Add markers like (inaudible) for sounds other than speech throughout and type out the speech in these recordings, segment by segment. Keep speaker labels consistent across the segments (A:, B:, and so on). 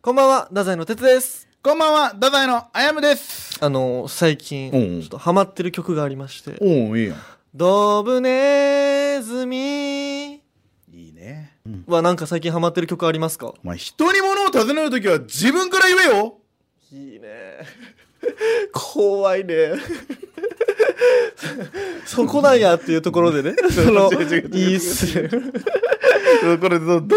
A: こんばんは、太宰の哲です。
B: こんばんは、ダダイのあやむです。
A: あの、最近、
B: うんうん
A: ちょっとハマってる曲がありまして、
B: おお、いいよ。
A: ドブネズミ
B: いいね。
A: はなんか最近ハマってる曲ありますか
B: お前、人に物を尋ねるときは自分から言えよ。
A: いいね。
B: (laughs)
A: 怖いね。 (laughs) そこなんやっていうところでね。その、
B: (laughs) 違う違う違う違う
A: いいっすね。。
B: これ、どどう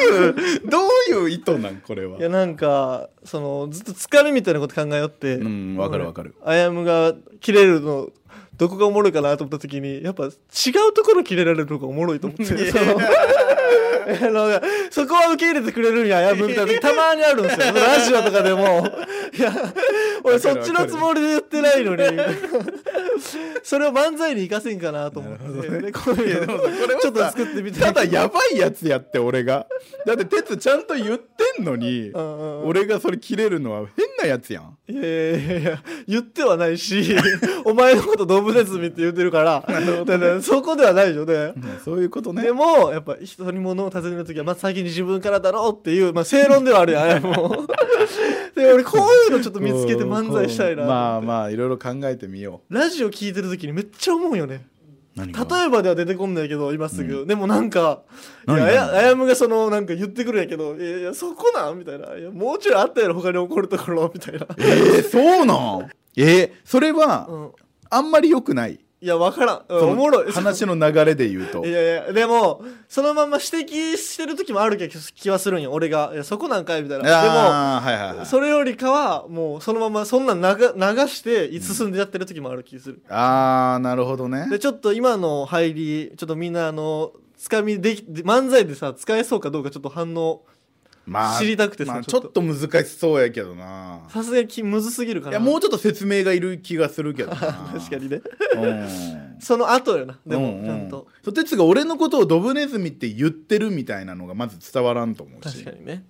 B: いう、どういう意図なん、これはい
A: や、なんか、その、ずっと疲れみたいなこと考えよって。
B: うんわかるわかる
A: 俺。あやむが切れるの、どこがおもろいかなと思った時に、やっぱ違うところ切れられるのがおもろいと思って。その (laughs) あのそこは受け入れてくれるんや、あやむみたいな時たまにあるん
B: (laughs)
A: ですよ。ラジオとかでも。いや、俺そっちのつもりで言ってない
B: (laughs)
A: のに。それを漫才に生かせんかなと思って。でこういうの
B: これは
A: ちょ
B: さ
A: っと作ってみて。
B: ただやばいやつやって俺がだって哲ちゃんと言ってんのに
A: んうんうん
B: 俺がそれ切れるのは変なやつやん
A: いやいやいやいや言ってはないし (laughs) お前のこと動物ネズミって言ってるからだからそこではないよね。
B: そういうことね
A: でもやっぱ人に物を尋ねる時はまず先に自分からだろうっていう、まあ、正論ではあるやんあ
B: (laughs)
A: れもで俺こういうのちょっと見つけて漫才したいなと思って
B: まあまあいろいろ考えてみよ
A: ラジオ聞いてる時にめっちゃ思うよね
B: う例
A: 例えばでは出てこんないけど今すぐ、でもなんかいや
B: 何
A: あや
B: 何
A: あやむがそのなんか言ってくるんやけど「いやいやそこなん?」みたいな「いやもうちょいあったやろ他に怒るところ」みたいな
B: えー、そうなんえー、それは、
A: うん
B: あんまり良くない
A: いやわからん、うん
B: その
A: おもろい
B: 話の流れで言うと
A: いやいやでもそのまんま指摘してる時もあるけど気はするんよ俺が「いやそこなんかい」みたいな
B: あーはいはい
A: で
B: は
A: も
B: い
A: それよりかはもうそのままそんなん流流して進んでやってる時もある気する、
B: ああなるほどね
A: でちょっと今の入りちょっとみんなあのつかみでき漫才でさ使えそうかどうかちょっと反応
B: まあ
A: 知りたくてさ
B: まあ
A: ちょ
B: ちょ
A: っと
B: っと難しそうやけどな
A: さすがにきむずすぎるか
B: い
A: ら
B: やもうちょっと説明がいる気がするけどな
A: (laughs) 確かにね
B: うん
A: その後よなで
B: う
A: も
B: ん
A: ちゃんと、
B: うん、そう哲が俺のことをドブネズミって言ってるみたいなのがまず伝わらんと思う
A: 確
B: し
A: かにね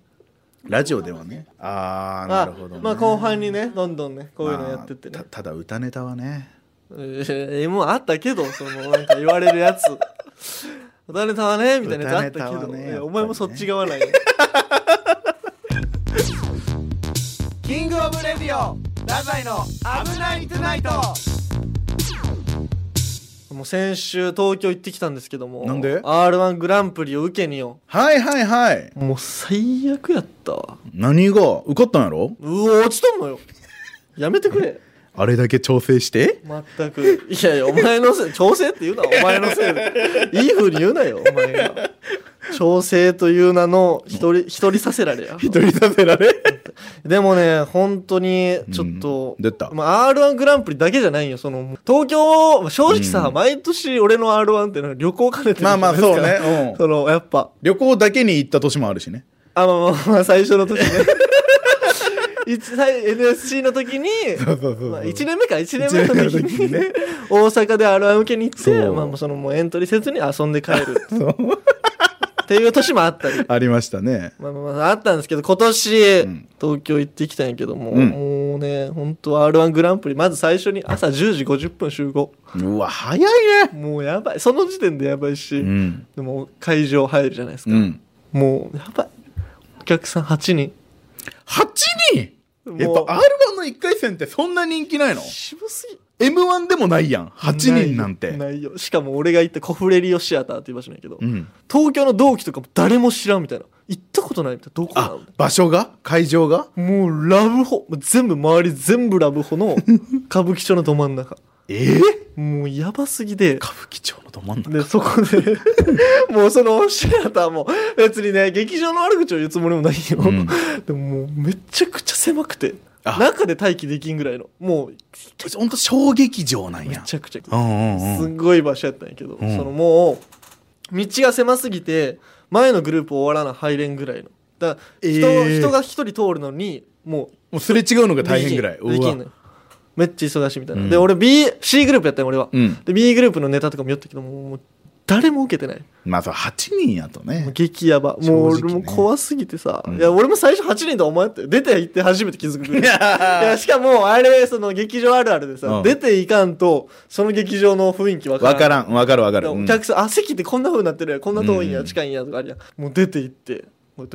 B: ラジオではねああなるほど、ね、
A: まあ後半にねどんどんねこういうのやってってね
B: まあたただ歌ネタはね
A: えー、もうあったけどそのなんか言われるやつ「歌ネタはね」みたいなやつあったけ
B: 歌ネタ
A: ど、
B: はね
A: い
B: やっぱり
A: や
B: ね
A: お前もそっち側
B: (laughs)
A: ないよ
B: キングオブレディオダザイの危ないトゥナイト
A: もう先週東京行ってきたんですけども
B: なんで
A: r 1グランプリを受けによ
B: はいはいはい
A: もう最悪やったわ
B: 何が受かったんやろ
A: うお落ちとんのよやめてくれ
B: あれだけ調整して
A: まったくいやいやお前のせい調整って言うなお前のせいでいいふうに言うなよお前が調整という名の一人一人させられや
B: 一人させられ
A: でもね、本当に、ちょっと、
B: うん出た
A: まあ、R1 グランプリだけじゃないよ。その、東京、まあ正直さ、
B: うん
A: 毎年俺の R1 ってのは旅行兼ねてる
B: まあまあ
A: じゃな
B: そ
A: いうですか。
B: ね、うん、
A: その、やっぱ、
B: 旅行だけに行った年もあるしね
A: あ、まあまあまあ、最初の
B: (laughs)
A: 時ね。一最 NSC の時に、
B: そうそうそうそう
A: まあ、1年目か、1年目の時に
B: 一年目の時にね
A: (laughs) 大阪で R1 受けに行っ
B: そ
A: て、
B: う
A: まあ、もうその、もうエントリーせずに遊んで帰る。
B: (laughs)
A: っていう年もあったり。
B: ありましたね
A: まあまあまああったんですけど今年、
B: ん
A: 東京行ってきたんやけども、
B: うん
A: もうね本当 r 1グランプリまず最初に朝10時50分集合
B: うわ早いね
A: もうやばいその時点でやばいし、
B: うん
A: でも会場入るじゃないですか、
B: うん
A: もうやばいお客さん8人
B: 8人やっ
A: もう
B: ぱ r 1の1回戦ってそんな人気ないの
A: 渋すぎ
B: m 1でもないやん8人なんて
A: ないよしかも俺が行ったコフレリオシアターっていう場所なんやけど、
B: うん、
A: 東京の同期とかも誰も知らんみたいな行ったことないみたいなどこな
B: あ
A: の
B: 場所が会場が
A: もうラブホ全部周り全部ラブホの
B: (laughs)
A: 歌舞伎町のど真ん中
B: ええ
A: もうやばすぎで、
B: 歌舞伎町のど真ん中
A: で、そこ
B: (laughs)
A: で、もうそのシアターも、別にね、劇場の悪口を言うつもりもないよ。
B: うん (laughs)
A: でももうめちゃくちゃ狭くて、
B: あ
A: 中で待機できんぐらいの、もう、
B: ほんと小劇場なん
A: め
B: や
A: ちゃくちゃ、
B: うんうんう
A: す
B: ん
A: んごい場所やったんやけど、
B: ん
A: そのもう、道が狭すぎて、前のグループ終わらな入れんぐらいの。だから人、
B: えー
A: 人が一人通るのに、もう
B: もうすれ違うのが大変ぐらい
A: できんで
B: う
A: き
B: わ
A: んのよめっちゃ忙しいみたいな、
B: うん
A: で俺 B C グループやったよ俺は、
B: うん
A: で B グループのネタとかもやったけどもうもう誰も受けてない
B: まあそう8人やと
A: もう
B: ね
A: 激ヤバもう
B: 正
A: 俺
B: 直ね
A: もう怖すぎてさ、
B: うん
A: いや俺も最初8人と思って出て行って初めて気づくぐらいいやしかもあれその劇場あるあるでさ、
B: うん
A: 出ていかんとその劇場の雰囲気わから
B: わ
A: ん
B: からんわかるわかる、う
A: お
B: ん
A: 客さん、あ席ってこんな風になってるやんこんな遠いんや、
B: うん
A: 近いんやとかあるやんもう出て行って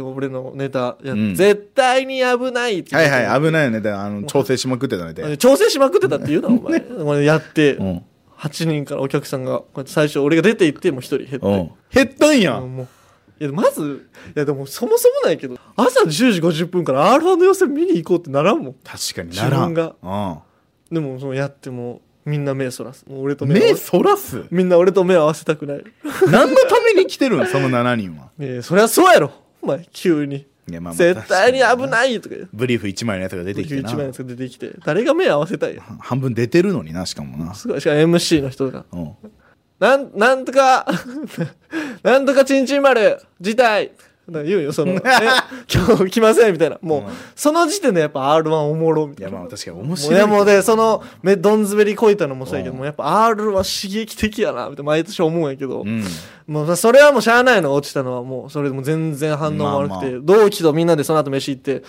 A: 俺のネタ、いや
B: うん
A: 絶対に危ないって
B: はいはい、危ないよね。だからあの、調整しまくってたね。で
A: 調整しまくってたって言うな、お前。これやって、
B: うん。
A: 8人からお客さんが、こうやって最初俺が出て行って、もう1人減って。
B: うん。減ったんや
A: あ。もういやまずいやでもそもそもないけど朝10時50分から r 1の予選見に行こうってならんもん
B: 確かに
A: 自分が
B: うん。
A: でもそのやってもみんな目そらすもう俺と目を
B: 目そ
A: (laughs)
B: らす
A: みんな俺と目合わせたくない
B: 何のために来てるんそ (laughs) の7人は。
A: ねえそりゃそうやろお前急に
B: いやまあまあ
A: 絶対に危
B: い。
A: ないとか言う
B: ブリーフ1枚のやつが出てきて
A: 11
B: な
A: 万。のやつが出てきて誰が目合わせたいよ
B: 半分出てるのにな、しかもな。
A: すごいしかも MC の人が
B: うん。
A: なんなんとか (laughs) なんとかちんちん丸自体なんか言うよそ
B: (laughs)
A: の、え今日来ませんみたいなもう、
B: うん
A: その時点でやっぱ r 1おもろみ
B: い
A: たい
B: や
A: な
B: まあ確かに面
A: もうい
B: 白い。
A: やもうね、その、めどんずべりこいたのもそうやけど、
B: うん
A: もうやっぱ R は刺激的やな、って毎年思うんやけど、
B: うん。
A: もうさそれはもうしゃあないの、落ちたのはもう、それでも全然反応も悪くて、
B: まあま
A: 同期とみんなでその後飯行って、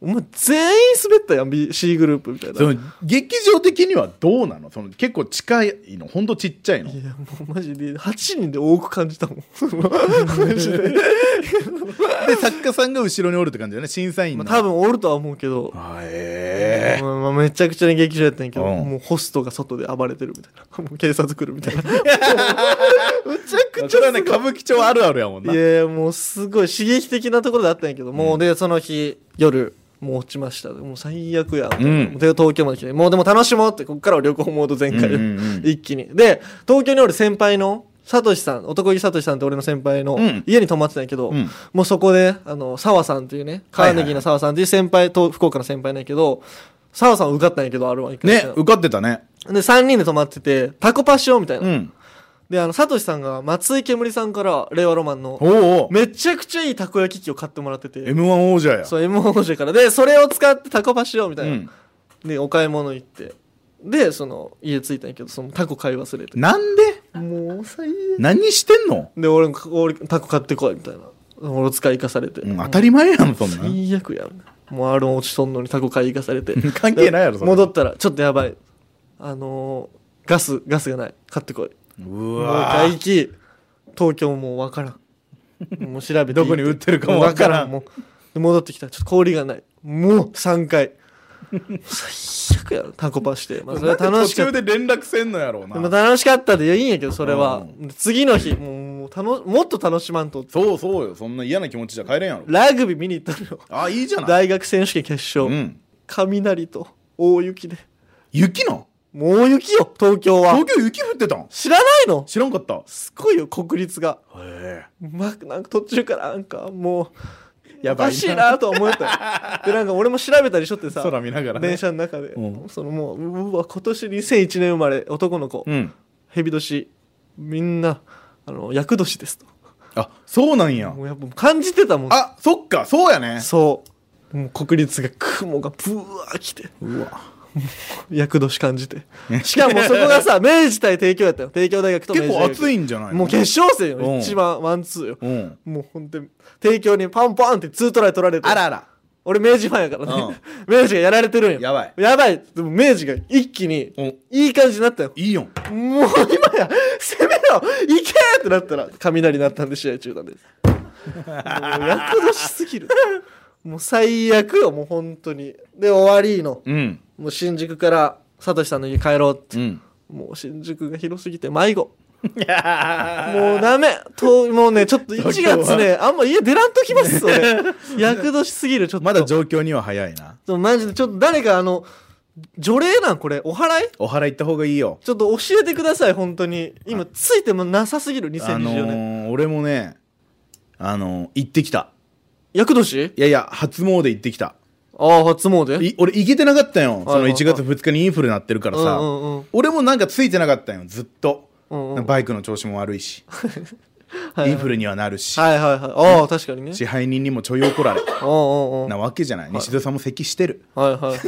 A: お前全員滑ったやん、B、C グループみたいな。
B: その劇場的にはどうなのその結構近いのほんとちっちゃいの
A: いやもうマジで8人で多く感じたもん (laughs) マジで、
B: で作家さんが後ろにおるって感じだよね審査員
A: ま
B: の、
A: あ、多分おるとは思うけど、
B: あえ
A: まあまあめちゃくちゃに劇場やったんやけど、
B: うん
A: もうホストが外で暴れてるみたいなもう警察来るみたいなもうむちゃ
B: え
A: くち
B: そ
A: ゃ
B: れはね歌舞伎町あるあるやもんない
A: やもうすごい刺激的なところだったんやけど、もうでその日夜もう落ちましたもう最悪や、
B: うん
A: で東京まで来てもうでも楽しもうってこっからは旅行モード全開、
B: うんうんうん
A: 一気にで東京におる先輩のサトシさん男気サトシさんって俺の先輩の
B: うん
A: 家に泊まってたんやけど、
B: うん
A: もうそこであの澤さんっていうねカーネギーの澤さんっていう先輩と福岡の先輩なんやけど澤さん受かったんやけど R−1 回
B: ね受かってたね
A: で3人で泊まっててタコパしようみたいな、
B: うん
A: であのサトシさんが松井けむりさんから令和ロマンの
B: おうおう
A: めちゃくちゃいいたこ焼き器を買ってもらってて
B: M1 王者や
A: そう M 王者からでそれを使ってタコパしようみた
B: う
A: いな、
B: ん
A: でお買い物行ってでその家着いたんやけどそのタコ買い忘れて
B: なんで
A: もう最悪
B: 何してんの、
A: で俺も俺タコ買ってこいみたいな俺使い行かされて、
B: うん、当たり前やんそんな
A: 最悪やんもう R 落ちとんのにタコ買い行かされて
B: (laughs) 関係ないやろそれ
A: 戻ったらちょっとやばいあのーガスガスがない買ってこいうもう
B: わ
A: 外気東京もう分からんもう調べていい
B: どこに売ってるかも
A: 分
B: 分
A: か
B: からら
A: ん
B: ん
A: もうで戻ってきたらちょっと氷がないもう3回最悪やなタコパして、まあ、それは楽しかっ
B: なんで途中で連絡せんのやろう
A: たでも
B: な
A: 楽しかったでいいんやけどそれは、
B: う
A: 次の日もうもう楽もっと楽しまんと
B: そうそうよそんな嫌な気持ちじゃ帰れんやろ
A: ラグビー見に行ったのよ
B: あいいじゃない
A: 大学選手権決勝、
B: うん
A: 雷と大雪で
B: 雪なん
A: もう大雪よ東京は
B: 東京雪降ってたん
A: 知らないの
B: 知らんかったへ
A: すごいよ国立が
B: え
A: まあ、なんか途中からなんかもう
B: や
A: お
B: ばいな
A: かしいなとは思
B: (laughs)
A: ったよでなんか俺も調べたりしとってさ
B: 空見ながらね
A: 電車の中で、
B: う
A: そのもううわ今年2001年生まれ男の子
B: うん
A: 蛇年みんなあの厄年ですと
B: あそうなんや
A: もうやっぱ感じてたもん
B: あそっかそうやね
A: そうもう国立が雲がブワー来て
B: うわ
A: (laughs) 厄年感じてしかもそこが
B: (laughs)
A: さ明治対帝京やったよ帝京大学と明治
B: 結構
A: 大学
B: 熱いんじゃないの
A: もう決勝戦よ、
B: うん
A: 一番ワンツーよ
B: うん
A: もう本当に帝京にパンパンってツートライ取られて
B: あら
A: 俺明治ファンやからね、明治がやられてるんよ
B: やばい
A: やばいでも明治が一気に
B: うん
A: いい感じになったよ
B: いいよ
A: もう今や攻めろいけーってなったら雷鳴ったんで試合中断ですもう躍動しすぎるもう最悪よもう本当にで終わりの
B: うん
A: もう新宿からサトシさんの家帰ろうって
B: うん
A: もう新宿が広すぎて迷
B: (laughs)
A: 子もうダメともうねちょっと1月ねあんま家出らんときます俺躍動しすぎるちょっと
B: まだ状況には早いな
A: そうマジでちょっと誰かあの除霊なんこれお祓い
B: お祓い行った方がいいよ
A: ちょっと教えてください本当に今ついてもなさすぎる
B: あの
A: 2024年
B: ー俺もねあのー行ってきた
A: 厄年
B: いやいや初詣行ってきた
A: ああ初詣
B: い俺行けてなかったよそ
A: はい
B: の
A: はい
B: 1月2日にインフルなってるから
A: う
B: さ
A: んうんうん
B: 俺もなんかついてなかったよずっと
A: うんうん
B: バイクの調子も悪いし
A: (laughs) はい
B: インフルにはなるし
A: はいはいはいああ確かにね
B: 支配人にもちょい
A: (laughs)
B: 怒られ
A: うんうんうん
B: なわけじゃない西田さんも咳してる
A: はいはい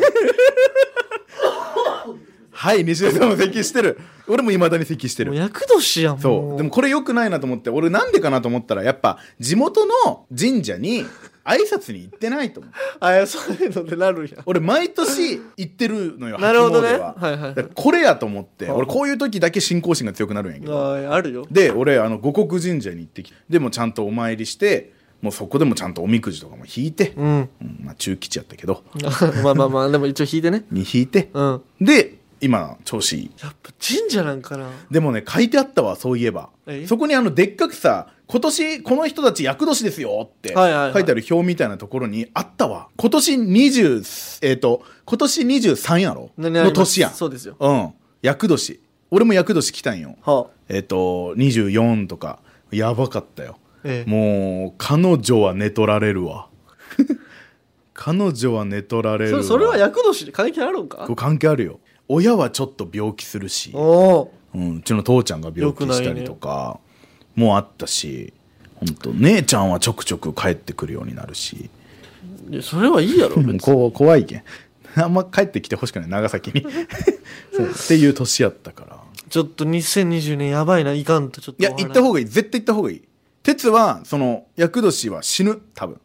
B: はい西田さんも咳してる俺もいまだに咳して
A: もう
B: る
A: 厄年やん
B: そ
A: も
B: う
A: う
B: でもこれ良くないなと思って俺なんでかなと思ったらやっぱ地元の神社に挨拶に行ってないと思う
A: あいやそういうのでなるんや
B: 俺毎年行ってるのよ
A: なるほどね
B: 初詣は
A: はいはいはい
B: だからこれやと思って
A: あ
B: 俺こういう時だけ信仰心が強くなるんやけど
A: あああるよ
B: で俺あの五穀神社に行ってきてでもちゃんとお参りしてもうそこでもちゃんとおみくじとかも引いて、
A: うん (laughs)
B: うんまあ、中吉やったけど
A: まあまあまあでも一応引いてね
B: に引いて、
A: うん
B: で今調子いい
A: やっぱ神社なんかな
B: でもね書いてあったわそういえば
A: え
B: そこにあのでっかくさ今年この人たち厄年ですよって書
A: はいはいはい
B: いてある表みたいなところにあったわ今年20えっ、と今年23やろ
A: 何々
B: の年やん
A: そうですよ
B: うん厄年俺も厄年来たんよ
A: はあ
B: えっ、と24とかやばかったよ
A: ええ
B: もう彼女は寝取られる (laughs) わ彼女は寝取られる
A: そ
B: わ
A: れそれは厄年で関係あるんか
B: これ関係あるよ親はちょっと病気するし
A: おお
B: うん、うちの父ちゃんが病気したりとかもあったし、本当姉ちゃんはちょくちょく帰ってくるようになるし
A: ーいやそれはいいや (laughs) ろ別に
B: こう怖いけんあんま帰ってきてほしくない長崎 (laughs) にそうっていう年やったから
A: ちょっと2020年やばいないかんとちょっと
B: いや行った
A: 方
B: 方がいい絶対行った方がいい鉄はその厄年は死ぬ多分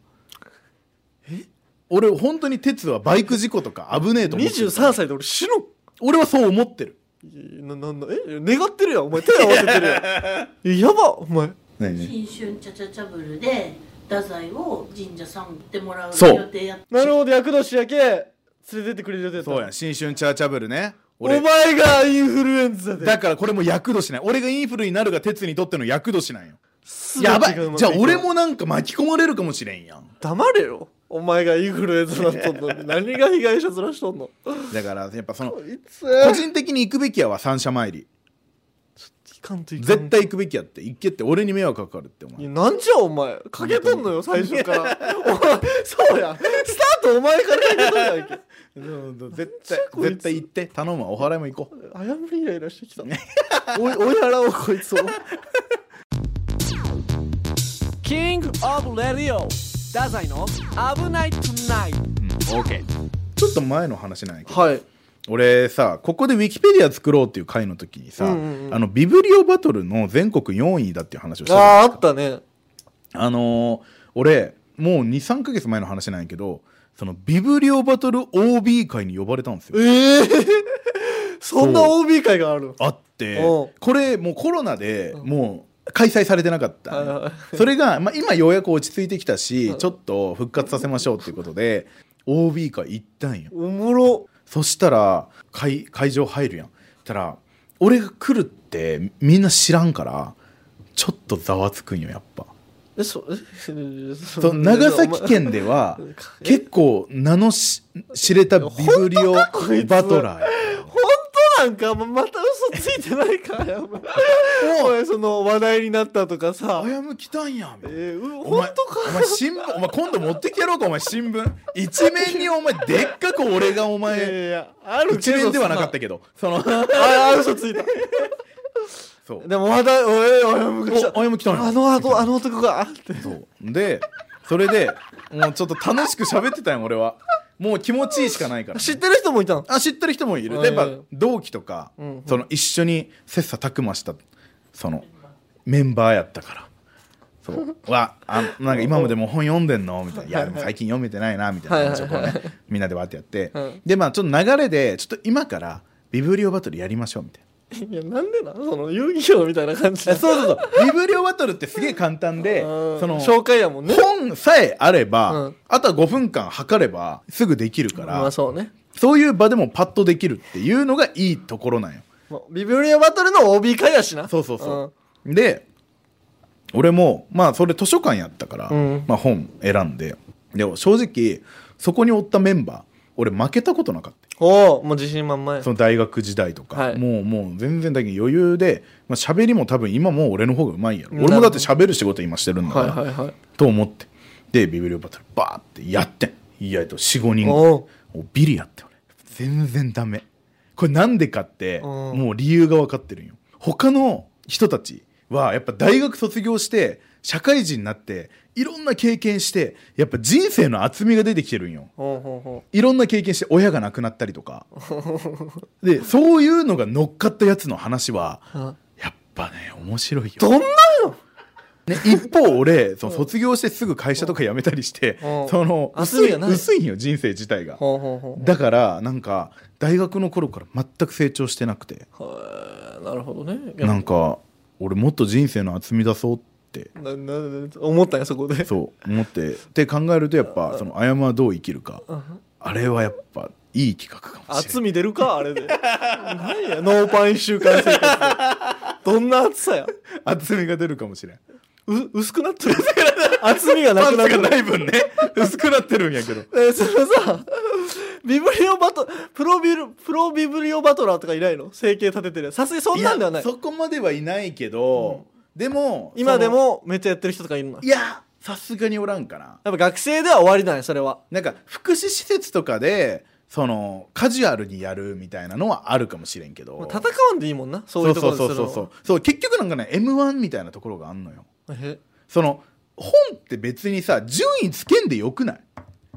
B: 俺本当に鉄はバイク事故とか危ねえと思ってる
A: 23歳で俺死ぬ
B: 俺はそう思ってる
A: ななんだえ願ってるやんお前手合わせてる
B: (laughs)
A: やんやばお前
B: ねえねえ
C: 新春チャチャチャブルで太宰を神社さんってもらう
B: そう
C: 予定やって
A: なるほど厄年だけ連れてってくれる予定だった
B: そうやん新春チャーチャブルね
A: お前がインフルエンザで
B: だからこれも厄年ない俺がインフルになるが鉄にとっての厄年なんよ
A: 全て
B: や
A: が
B: ばい
A: 上手くく
B: じゃあ俺もなんか巻き込まれるかもしれんやん
A: 黙れよお前がインフルエンザなっとん
B: (laughs)
A: のに何が被害者ずらしとんの
B: だからやっぱその
A: こいつ
B: 個人的に行くべきやわ三社参り
A: いかんといかん
B: 絶対行くべきやって行けって俺に迷惑かかるってお
A: い
B: 前
A: やなんじゃお前かけとんのよ最初からお前そうやんスタートお前からかけとんやんけ対
B: 絶対
A: 絶
B: 絶
A: 対
B: 対
A: 行
B: 行って頼むわお祓いも行こう
A: あやむりイライラしてきたおいおいらおうこいつを
D: キングオブレディオ太宰の危ないトゥナイト
B: ちょっと前の話なんやけど
A: はい
B: 俺さここでウィキペディア作ろうっていう回の時にさ、
A: うんうんうん
B: あのビブリオバトルの全国4位だっていう話をし
A: あ
B: たじゃん
A: ああったね
B: あのー俺もう23ヶ月前の話なんやけどそのビブリオバトル OB 会に呼ばれたんですよ
A: ええそんな OB 会がある
B: あって
A: おう
B: これもうコロナでもう開催されてなかっ
A: はいは
B: たそれが、まあ、今ようやく落ち着いてきたしちょっと復活させましょうっていうことで OB 会行ったんよ
A: おもろ
B: そしたら会会場入るやんたら俺が来るってみんな知らんからちょっとざわつくんよやっぱ
A: えそえ
B: そう長崎県で
A: (laughs)
B: は
A: え
B: 結構名のし知れたビブリオバトラー
A: 本当なんかままた嘘ついてないかやばいお前その話題になったとかさ
B: あやむ来たんやみた
A: え
B: いな
A: ー、う
B: お
A: 本
B: 前
A: 当か
B: お前新聞お前今度持ってきてやろうかお前新聞一面にお前でっかく俺がお
A: いやい
B: 前
A: やいやあるけ
B: 一
A: どさ
B: 面ではなかったけどその
A: ああ嘘ついた
B: そう
A: でも話題おいおい昔
B: おあやむ来たんや
A: あのあのあの男があって
B: そうでそれでもうちょっと楽しく喋ってたんよ俺はもう気持ちいいしかないから
A: 知ってる人もいたの
B: あ知ってる人もいる、
A: はい
B: やっぱ同期とか、
A: ん
B: その一緒に切磋琢磨したそのメンバーやったからそう「わあなんか今までも本読んでんの?」みたいな「いやでも最近読めてないな」みたいな話をこうねみんなでわーってやって、
A: うん
B: でまあちょっと流れでちょっと今からビブリオバトルやりましょうみたいない
A: やなんでなその遊戯王みたいな感じ
B: いやそうそうそう (laughs) ビブリオバトルってすげえ簡単で
A: うん
B: その
A: 紹介やもんね
B: 本さえあれば、
A: うん
B: あとは5分間測ればすぐできるから、
A: まあそうね、
B: そういう場でもパッとできるっていうのがいいところなんよ
A: まあ、ビブリオバトルの OB 会やしな
B: そうそうそう、で俺もまあそれ図書館やったから、
A: うん
B: まあ、本選んででも正直そこにおったメンバー俺負けたことなかった
A: うん、おおもう自信満々や
B: その大学時代とか、
A: はい
B: もうもう全然だけど余裕で、まあ、喋りも多分今もう俺の方がうまいやろ
A: なるほ
B: 俺
A: ど
B: もだって喋る仕事今してるんだか
A: はい
B: ら、
A: はいはい
B: と思ってでビビリオバトルバーってやってんいやえっと45人
A: おう
B: もうビリやって俺全然ダメこれなんでかって
A: うん
B: もう理由が分かってるんよ他の人たちはやっぱ大学卒業して社会人になっていろんな経験してやっぱ人生の厚みが出てきてるんよ
A: ほうほうほ
B: いろんな経験して親が亡くなったり
A: (laughs)
B: とかでそういうのが乗っかったやつの話は
A: うあ
B: やっぱね面白いよ
A: どんなよ
B: ね、一方俺その卒業してすぐ会社とか辞めたりして
A: うん
B: その
A: あ
B: 薄
A: そう
B: い
A: やない
B: 薄いんよ人生自体が
A: ほうほうほう
B: だからなんか大学の頃から全く成長してなくて
A: はいなるほどね
B: なんか俺もっと人生の厚み出そうっって
A: なな思ったんやそこで
B: そう思ってで考えるとやっぱその歩はどう生きるかあれはやっぱいい企画かもしれ
A: 厚
B: ない
A: み出るかあれで何やノーパン一週間生活どんな厚さや
B: 厚みが出るかもしれん
A: う薄くなってる厚みがな
B: パン
A: く
B: ツ
A: なってる
B: がな
A: (laughs)
B: い分ね薄くなってるんやけど
A: えそのさビブリオバトプロビルプロビブリオバトラーとかいないの整形立ててるやつさすがにそんなんではない
B: やそこまではいないけど、でも
A: 今
B: その
A: でもめっちゃやってる人とかいるのや
B: いやさすがにおらんかな
A: っぱ学生では終わりなんやそれは
B: なんか福祉施設とかでそのカジュアルにやるみたいなのはあるかもしれんけど
A: 戦わんでいいもんなそうい
B: そ
A: ううとこ
B: そ
A: ろ
B: う
A: で
B: そうそうそうそう結局なんかね m 1みたいなところがあんのよ
A: するのえ
B: その本って別にさ順位つけんでよくない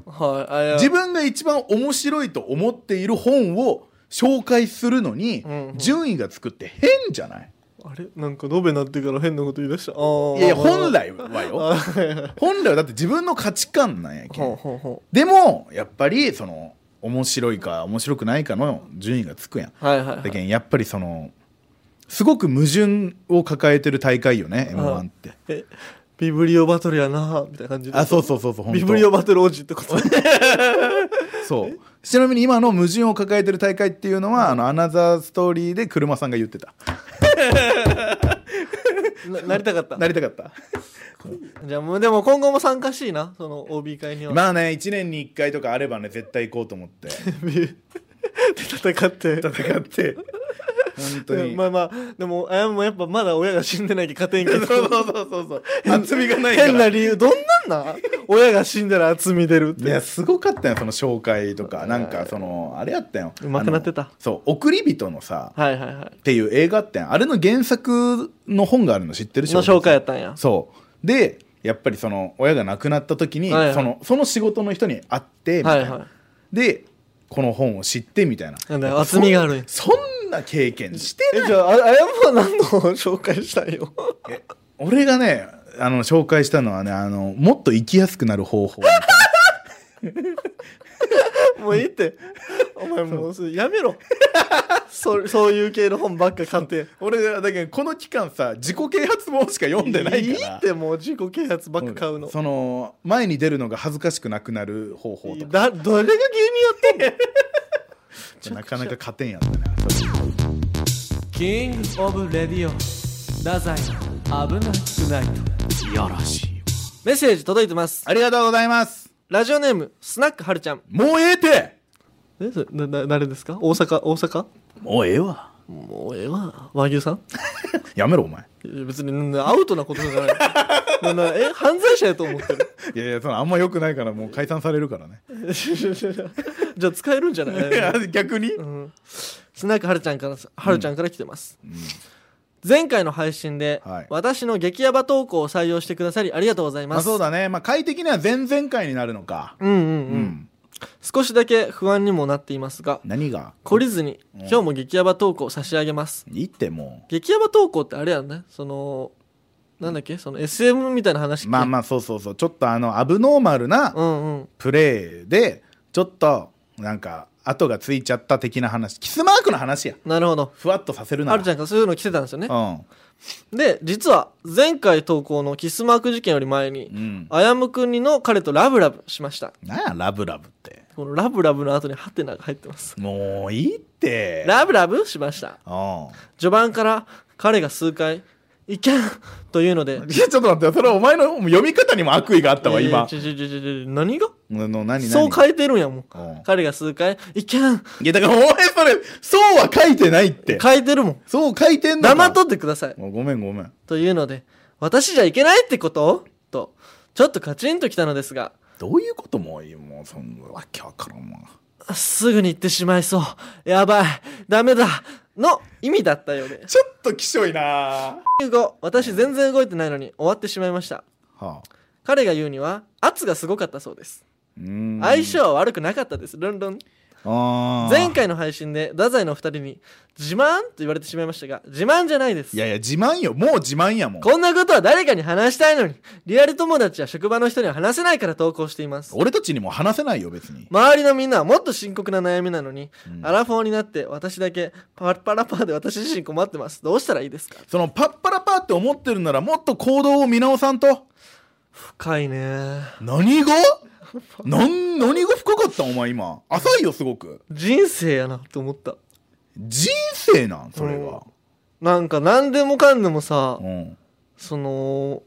A: はいあいや
B: 自分が一番面白いと思っている本を紹介するのに、
A: んうん
B: 順位がつくって変じゃない
A: あれなんかノベになってから変なこと言い出したあ
B: いやい
A: ー
B: や本来はよ
A: あーはいはい
B: 本来はだって自分の価値観なんやけ
A: ほうんほうほ
B: でもやっぱりその面白いか面白くないかの順位がつくやん
A: うはいはい、はい
B: だけんやっぱりそのすごく矛盾を抱えてる大会よね m 1って
A: えビブリオバトルやなみたいな感じで
B: あそうそうそうそう本当
A: ビブリオバトル王子ってこと
B: そうちなみに今の矛盾を抱えてる大会っていうのは、あのアナザーストーリーで車さんが言ってた
A: ななりたかった
B: (laughs) なりたかった
A: じゃあもうでも今後も参加しいなその OB 会には、
B: まあね1年に1回とかあればね絶対行こうと思って
A: で戦って
B: 戦って本当
A: (laughs)
B: に、
A: まあまあでもあやもやっぱまだ親が死んでないけど家庭に
B: (laughs) そうそうそうそうそう厚みがないから
A: 変な理由どんなんなん親が死んだら厚み出るっ
B: い
A: て
B: やすごかったよその紹介とかなんかそのあれやったよ
A: うまくなってた
B: あのそう「送り人のさ」
A: はいはいはい
B: っていう映画あってんあれの原作の本があるの知ってる
A: の紹介やったんや
B: そうでやっぱりその親が亡くなった時に、
A: はいはい
B: そのその仕事の人に会ってみたいな、
A: はいは
B: でこの本を知ってみたいな
A: なんだよ厚みがあるんや
B: そんな経験して
A: えじゃあああやもは何の紹介したんよ (laughs)
B: 俺がねあの紹介したのはねあのもっと生きやすくなる
A: (laughs)
B: 方法みたいな
A: もういいってお前もうそれやめ
B: (laughs)
A: ろそそういう系の本ばっか買って
B: 俺だけどこの期間さ自己啓発本しか読んでないから
A: いってもう自己啓発ばっか買うの
B: その前に出るのが恥ずかしくなくなる方法とか
A: だ誰が芸人やってんの
B: なかなか勝てんやったねそれ
D: キングオブレディオダザイの危なくない
B: よろしい
A: メッセージ届いてます
B: ありがとうございます
A: ラジオネームスナックはるちゃん
B: もうええて
A: えそれなな誰ですか大阪大阪
B: もうええわ
A: もうええわ和牛さん
B: やめろお前
A: いや別にんアウトなことじゃない (laughs) ななえ犯罪者やと思ってる
B: いやいやそのあんま良くないからもう解散されるからね
A: じゃあ使えるんじゃない
B: 逆に
A: スナックはるちゃんからはるちゃんから来てます、前回の配信で、
B: はい
A: 私の激ヤバ投稿を採用してくださりありがとうございます
B: まあそうだねまあ快適には前々回になるのか
A: うんうんう
B: うん
A: 少しだけ不安にもなっていますが
B: 何が
A: 懲りずに今日も激ヤバ投稿を差し上げます
B: いいっても
A: 激ヤバ投稿ってあれやんねそのなんだっけその SM みたいな話聞
B: う
A: い
B: まあまあそうそうそうちょっとあのアブノーマルな
A: うんうん
B: プレーでちょっとなんか後がついちゃった的な話キスマークの話や
A: なるほど
B: ふわっとさせるなら
A: あるちゃんからそういうの来てたんですよね
B: う
A: で実は前回投稿のキスマーク事件より前に、
B: んうん
A: あやむくんにの彼とラブラブしました
B: なんやラブラブって
A: このラブラブの後にハテナが入ってます
B: もういいって
A: ラブラブしました
B: う
A: 序盤から彼が数回「いけん!」というので
B: んいやちょっと待ってそれはお前の読み方にも悪意があったわ
A: えー
B: 今
A: ちょちょちょちょちょ何が
B: の何何
A: そう書いてるんやもん
B: うん
A: 彼が数回「いけん!
B: いやだからお前それそうは書いてないっ」て
A: 書いてるもん
B: そう書いてんのか
A: 黙っとってください
B: もうごめんごめん
A: というので私じゃいけないってこととちょっとカチンときたのですが
B: どういうこともいいもうそんなわけわからんわ
A: すぐに行ってしまいそうやばいダメだの意味だったようで
B: ちょっときしょいなは
A: 後私全然動いてないのに終わってしまいました
B: あ
A: 彼が言うには圧がすごかったそうです
B: うーん
A: 相性は悪くなかったですルンルン
B: あー
A: 前回の配信で太宰のお二人に自慢と言われてしまいましたが自慢じゃないです
B: いやいや自慢よもう自慢やもん
A: こんなことは誰かに話したいのにリアル友達や職場の人には話せないから投稿しています
B: 俺たちにも話せないよ別に
A: 周りのみんなはもっと深刻な悩みなのに、アラフォーになって私だけパラパラパーで私自身困ってますどうしたらいいですか
B: そのパッパラパなって思ってるならもっと行動を見直さんと
A: 深いね
B: 何がなん何が深かったんお前今浅いよすごく
A: 人生やなって思った
B: 人生なんそれが
A: なんか何でもかんでもさ
B: うん
A: その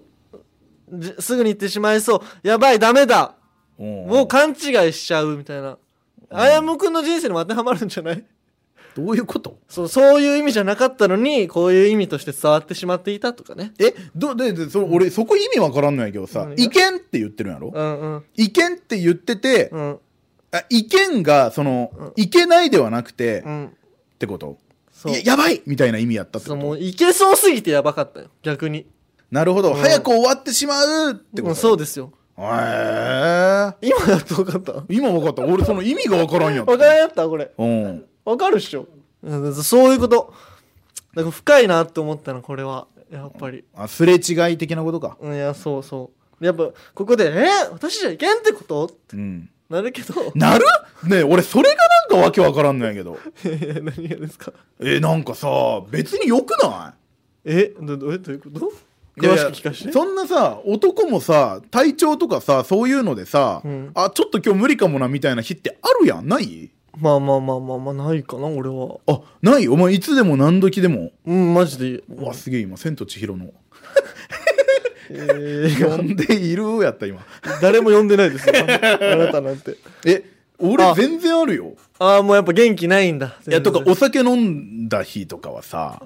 A: じすぐに行ってしまいそうやばいダメだ
B: うん
A: もう勘違いしちゃうみたいなあやむくんの人生にも当てはまるんじゃない
B: どういうこと
A: そうそういう意味じゃなかったのにこういう意味として伝わってしまっていたとかね
B: えどででそれ俺そこ意味わからんのやけどさ
A: 何が
B: 意見って言ってるんやろ
A: うんうん
B: 意見って言ってて、
A: うん
B: あ意見がその、いけないではなくて、
A: う
B: っ
A: ん
B: てこと
A: そう
B: ややばいみたいな意味やったって
A: そう
B: こと
A: もういけそうすぎてやばかったよ逆に
B: なるほど、
A: ん
B: 早く終わってしまうってこ
A: う
B: と
A: んそう
B: で
A: ですよ
B: へー
A: 今やっと分かった分
B: 今分かった俺その意味が分からんやん
A: からんやったこれ
B: うん
A: 分かるっしょうんそういうことだから深いなって思ったのこれはやっぱり
B: あすれ違い的なことか
A: うんいやそうそうやっぱここで「え私じゃいけんってこと?」って
B: うん
A: なるけどい
B: なるねえ俺それがなんかわけ分からんのやけど
A: やいや (laughs) 何がですか
B: えなんかさ別によくな
A: えどどうどういうこと
B: いいや
A: 詳
B: いや
A: しく聞かして
B: そんなさ男もさ体調とかさそういうのでさ、
A: うん
B: あちょっと今日無理かもなみたいな日ってあるやんない
A: まあまあまあまあまあないかな俺は
B: あないお前いつでも何時でも
A: うんマジで
B: うわすげえ今「千と千尋の」
A: えー
B: 呼んでいるやった今
A: 誰も呼んでないですよ (laughs) あなたなんて
B: え俺
A: あ
B: 全然あるよ
A: ああもうやっぱ元気ないんだ
B: いやとか
A: 全然
B: お酒飲んだ日とかはさ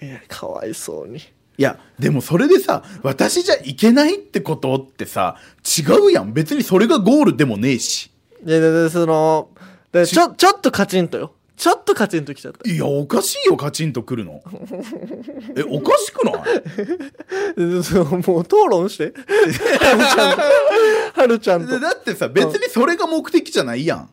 A: いやかわいそうに
B: いやでもそれでさ私じゃいけないってことってさ違うやん別にそれがゴールでもねえし
A: いやいやいやそのでちょちょっとカチンとよちょっとカチンときちゃった
B: いやおかしいよカチンとくるのえおかしく
A: (laughs)
B: ない
A: でそのもう討論
B: (laughs)
A: してはるちゃんとはるちゃんと
B: でだってさ別にそれが目的じゃないやん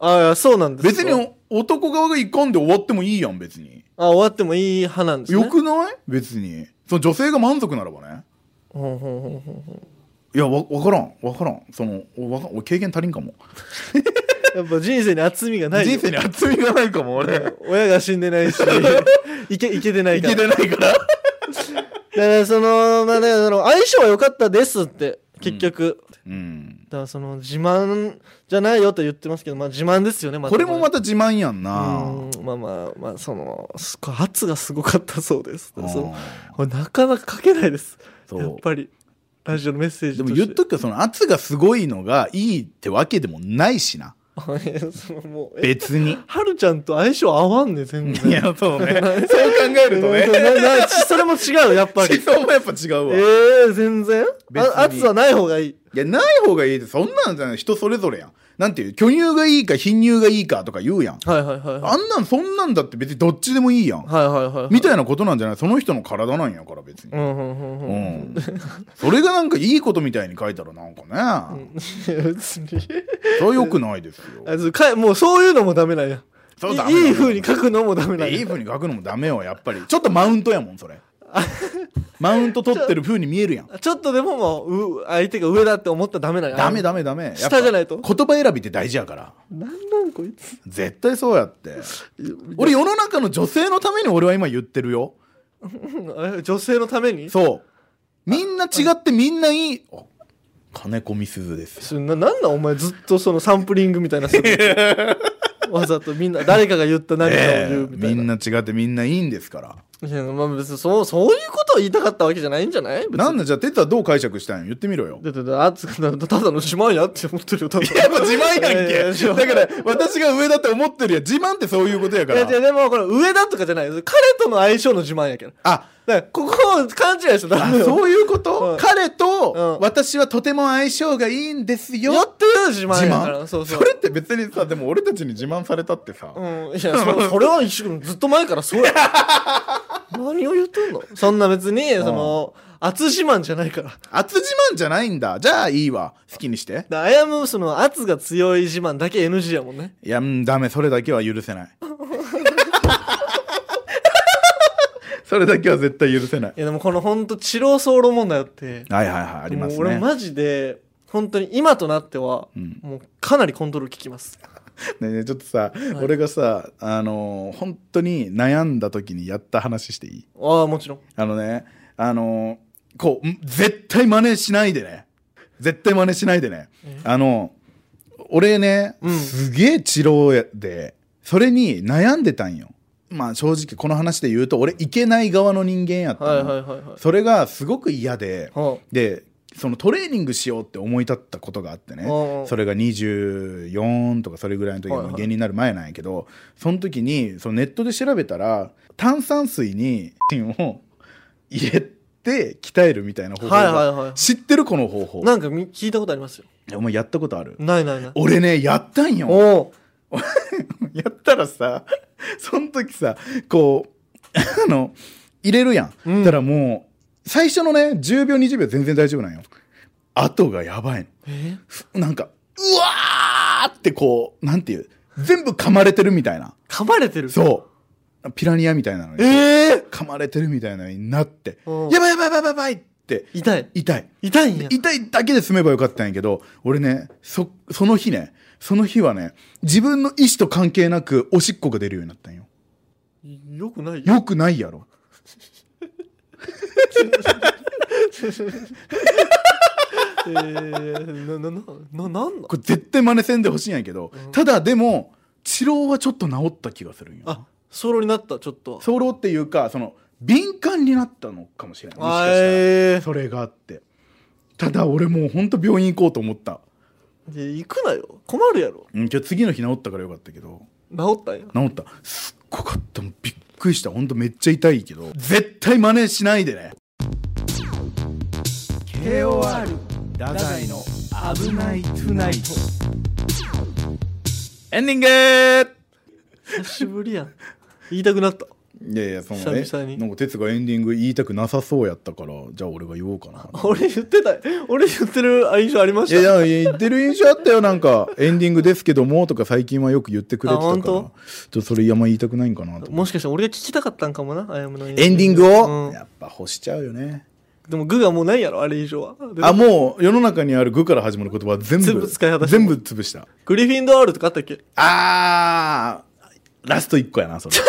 A: あいやそうなんです
B: 別にお男側がいかんで終わってもいいやん別に
A: あ終わってもいい派なんですね
B: よくない別にその女性が満足ならばね
A: ほんほんほんほん
B: いやわ分からん分からんそのおわか俺経験足りんかも
A: やっぱ人生に厚みがないよ
B: 人生に厚みがないかも俺
A: 親が死んでない
B: (laughs)
A: しいけいけてない
B: い
A: から
B: けてないか
A: (laughs)
B: ら
A: だからその、まあ、だからその相性は良かったですって結局、
B: うん
A: だからその自慢じゃないよと言ってますけど、まあ、自慢ですよねまた
B: これもま
A: た
B: た自慢やんな
A: まあまあまあそのすごい圧がすごかったそうです
B: うん
A: そうこれなかなか書けないです
B: そう
A: やっぱりラジオのメッセージ
B: で
A: と
B: も
A: して
B: 言っとくけどその圧がすごいのがいいってわけでもないしな
A: (laughs) いやそのもうえ (laughs)
B: 別に
A: はるちゃんと相性合わんね全
B: い
A: 然 (laughs)
B: やそうねそう考えると
A: うん
B: ね
A: (laughs) ななそれも違うやっぱ
B: (laughs) 思
A: り
B: 想もやっぱ違うわ、
A: ええ全然
B: 別に
A: あ圧はない方がいい
B: いやない方がいいってそんなんじゃない人それぞれやんなんていう巨乳がいいか貧乳がいいかとか言うやん
A: はいはいはいはい
B: あんなんそんなんだって別にどっちでもいいやん
A: はいはいはいはい
B: みたいなことなんじゃないその人の体なんやから別に
A: う。んうんうんうん
B: うん、それがなんかいいことみたいに書いたらなんかね、
A: いや別に
B: それはよくないですよ。
A: あそうかもうそういうのもダメなんや
B: そう
A: い
B: ダメ
A: いい風に書くのもダメなん
B: いい
A: や
B: 風に書くのもダメよやっぱりちょっとマウントやもんそれマウント取ってる風に見えるやん
A: ちょっとでももうう相手が上だって思ったらダメなんや
B: ダメダメダメやっぱ
A: 下じゃないと
B: 言葉選びって大事やから
A: なんなんこいつ
B: 絶対そうやって俺世の中の女性のために俺は今言ってるよ
A: うんえ女性のために
B: そうみんな違ってみんないいあ金子みすずです
A: そななんなんお前ずっとそのサンプリングみたいなするわざとみんな誰かが言った何かを
B: ええ
A: 言うみた
B: み
A: い
B: ん
A: な,、
B: な違ってみんないいんですから
A: いやまあ別にそうそういうことを言いたかったわけじゃないんじゃない別に
B: なんだじゃあ、テツはどう解釈したんよ言ってみろよ。
A: だってだってあつただの自慢やって思ってるよ多分
B: やっぱ自慢
A: いやいや
B: やん
A: 自慢
B: け。だから、私が上だって思ってるやん。自慢ってそういうことやか
A: いやいや
B: ら。
A: でもこれ上だとかじゃない彼との相性の自慢やけど
B: あ、
A: だからここを勘違いしちゃダ
B: あ
A: メよ
B: そういうこ
A: う
B: と
A: ん
B: 彼
A: う
B: と
A: ん
B: 私はとても相性がいいんですよ。
A: やってる自慢
B: 自
A: やから
B: 慢
A: そうそう
B: それって別にさ、でも俺たちに自慢されたってさ。
A: うん、いやそそれは一緒ずっと前からそうや何を言ってんのそんな別にその圧自慢じゃないから
B: 圧自慢じゃないんだ。じゃあいいわ。好きにして。
A: だあやむその圧が強い自慢だけ NG やもんね
B: いや、うんダメ。それだけは許
A: (laughs)
B: せない。それだけは絶対許せない
A: い。やでもこのほんと治療騒動問題あって
B: はいはいはい。ありますね。
A: もう俺マジで本当に今となっては、
B: ん
A: もうかなりコントロール効きます
B: ねえねえちょっとさ、俺がさあのー本当に悩んだ時にやった話していい
A: ああもちろん
B: あのねあのーこうん絶対真似しないでね絶対真似しないでねあの俺ね、すげえ治療やでそれに悩んでたんよまあ正直この話で言うと俺いけない側の人間やったの、
A: はいはいはいはい
B: それがすごく嫌で、
A: はあ
B: でそのトレーニングしようって思い立ったことがあってね、
A: うんうん
B: それが24とかそれぐらいの時、
A: はいはい
B: 芸人になる前なんやけどその時にそのネットで調べたら炭酸水にチンを入れて鍛えるみたいな方法が、
A: はいはいはい
B: 知ってるこの方法
A: なんかみ聞いたことありますよ
B: いやお前やったことある
A: ないないない
B: 俺ねやった
A: (laughs)
B: んよ
A: おお
B: やったらさ (laughs) その時さこう (laughs) あの入れるやん、
A: うん
B: たらもう最初のね10秒20秒全然大丈夫なんよ後がやばいの
A: え
B: ふなんかうわーってこうなんていう全部噛まれてるみたいな
A: 噛まれてる
B: そうピラニアみたいなのに、
A: ええ
B: 噛まれてるみたいなのになって
A: うん
B: やばいやばいやばいやばいって
A: 痛い
B: 痛い
A: 痛いんや
B: 痛いだけで済めばよかったんやけど俺ねそその日ねその日はね自分の意思と関係なくおしっこが出るようになったんよ
A: よくないよ
B: よくないやろ
A: えー、なななななんだ
B: これ絶対真似せんでほしいんやけど、ただでも治療はちょっと治った気がするんよ
A: あソロになったちょっと
B: 早漏っていうかその敏感になったのかもしれないもしか
A: あ
B: したら
A: えー
B: それがあってただ俺もうほんと病院行こうと思った、
A: で行くなよ困るやろ
B: うん、今日次の日治ったからよかったけど
A: 治ったんや
B: 治ったすっごかったもうびっくりしたほんとめっちゃ痛いけど絶対真似しないでね
D: KOR
B: ダ
D: 太宰の
B: 危ないトゥナイトエンディング
A: 久しぶりやん言いたくなった
B: いやいやそのね
A: 久々に
B: なんか哲がエンディング言いたくなさそうやったからじゃあ俺が言おうかな
A: 俺言ってた俺言ってる印象ありまし
B: い
A: た
B: やいや
A: (laughs)
B: 言ってる印象あったよなんかエンディングですけどもとか最近はよく言ってくれてた
A: あ
B: か
A: 本
B: らちょ
A: 当
B: っとそれ山言いたくないんかなと思って
A: もしかして俺が聞きたかったんかもなあやむの
B: エンディングを、
A: うん
B: やっぱ欲しちゃうよね
A: でも具がもうないやろあれ以上は
B: あもう世の中にある「具」から始まる言葉は全部
A: 全部使い果たした
B: 全部潰した
A: グリフィンドールとかあったっけ
B: あーラスト1個やなそれ
A: (laughs)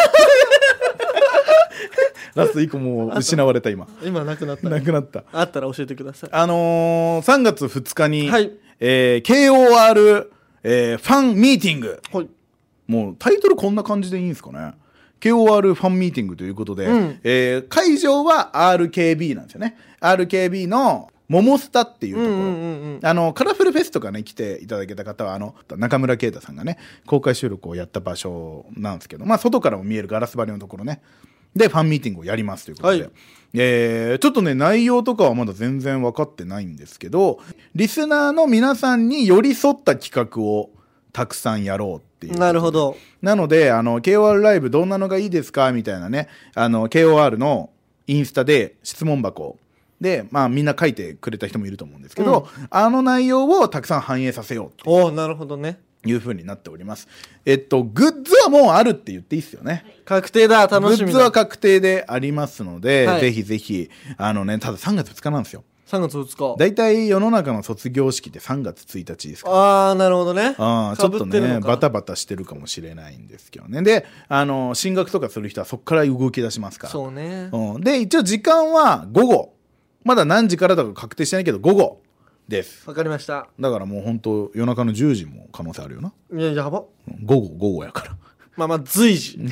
B: ラスト1個もう失われた
A: (laughs)
B: 今
A: 今なくなった
B: なくなった
A: あったら教えてください
B: あのー、3月2日に、
A: はい
B: えー KOR、えーファンミーティング
A: はい
B: もうタイトルこんな感じでいいんですかね KOR ファンミーティングということで、
A: うん
B: えー会場は RKB なんですよね RKB のモモスタっていうところ、
A: うんうんうんうん
B: あのカラフルフェスとかね来ていただけた方はあの中村啓太さんがね公開収録をやった場所なんですけど、まあ、外からも見えるガラス張りのところねでファンミーティングをやりますということで、
A: はい
B: えーちょっとね内容とかはまだ全然分かってないんですけどリスナーの皆さんに寄り添った企画をたくさんやろうっていうことで
A: なるほど
B: なので、あの、KOR ライブどんなのがいいですかみたいなね、あの、KOR のインスタで質問箱で、まあみんな書いてくれた人もいると思うんですけど、あの内容をたくさん反映させよう
A: おおなるほどね
B: というふうになっております。えっと、グッズはもうあるって言っていいっすよね。
A: 確定だ楽しみ
B: グッ
A: だ
B: ズは確定でありますので、
A: はい
B: ぜひぜひ、あのね、ただ3月2日なんですよ。
A: 3月2日
B: 大体世の中の卒業式って3月1日ですから
A: ああなるほどね
B: ああちょっと
A: 被て
B: ね
A: るのか
B: バタバタしてるかもしれないんですけどねであの進学とかする人はそこから動き出しますから
A: そうね
B: うん、で一応時間は午後まだ何時からだか確定してないけど午後です
A: わかりました
B: だからもう本当夜中の10時も可能性あるよない
A: ややば
B: うん午後午後やから
A: まあまあ随
B: (laughs)
A: 時みんな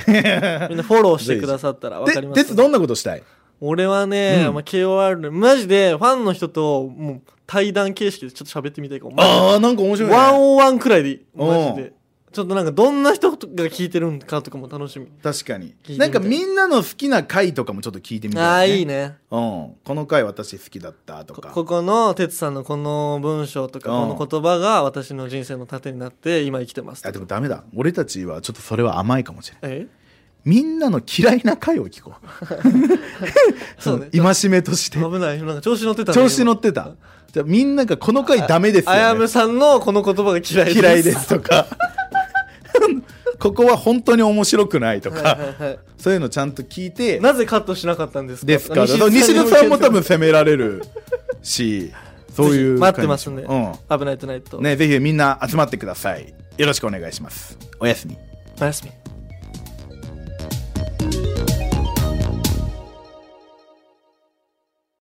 A: フォローしてくださったらわかり
B: で
A: ま
B: です
A: す
B: どんなことしたい
A: 俺はね、
B: うん
A: まあ、KOR マジでファンの人ともう対談形式でちょっと喋ってみたいかもマジで
B: ああなんか面白い、ね、
A: ワンオンワンくらいでいいマジ
B: う
A: でちょっとなんかどんな人が聞いてるんかとかも楽しみ
B: 確かに
A: てみた
B: ないんかみんなの好きな回とかもちょっと聞いてみたい、ね、
A: ああーいいね
B: うん、この回私好きだったと
A: こ
B: か
A: ここの哲さんのこの文章とか
B: う
A: こ
B: ん
A: の言葉が私の人生の糧になって今生きてます
B: あでもダメだ俺たちはちょっとそれは甘いかもしれない
A: え
B: みんなの嫌いな回を聞こう。
A: そうね
B: 戒めとして
A: 危。ないなんか調子乗ってたね
B: 調子乗ってた。じゃあみんながこの回ダメですよ、
A: あ
B: ね。
A: やむさんのこの言葉が嫌いです
B: 嫌いですとか。ここは本当に面白くないとか、
A: はいはいはい
B: そういうのちゃんと聞いて、
A: なぜカットしなかったんですか
B: ですから、
A: 西
B: 西
A: に
B: 野さんも多分責められるし、そうい
A: ぜ
B: う
A: ひ
B: 回
A: 待ってますんで、
B: にしよ
A: 危ないとないと
B: ううん。ね、ぜひみんな集まってください。よろしくお願いします。おやすみ。
A: おやすみ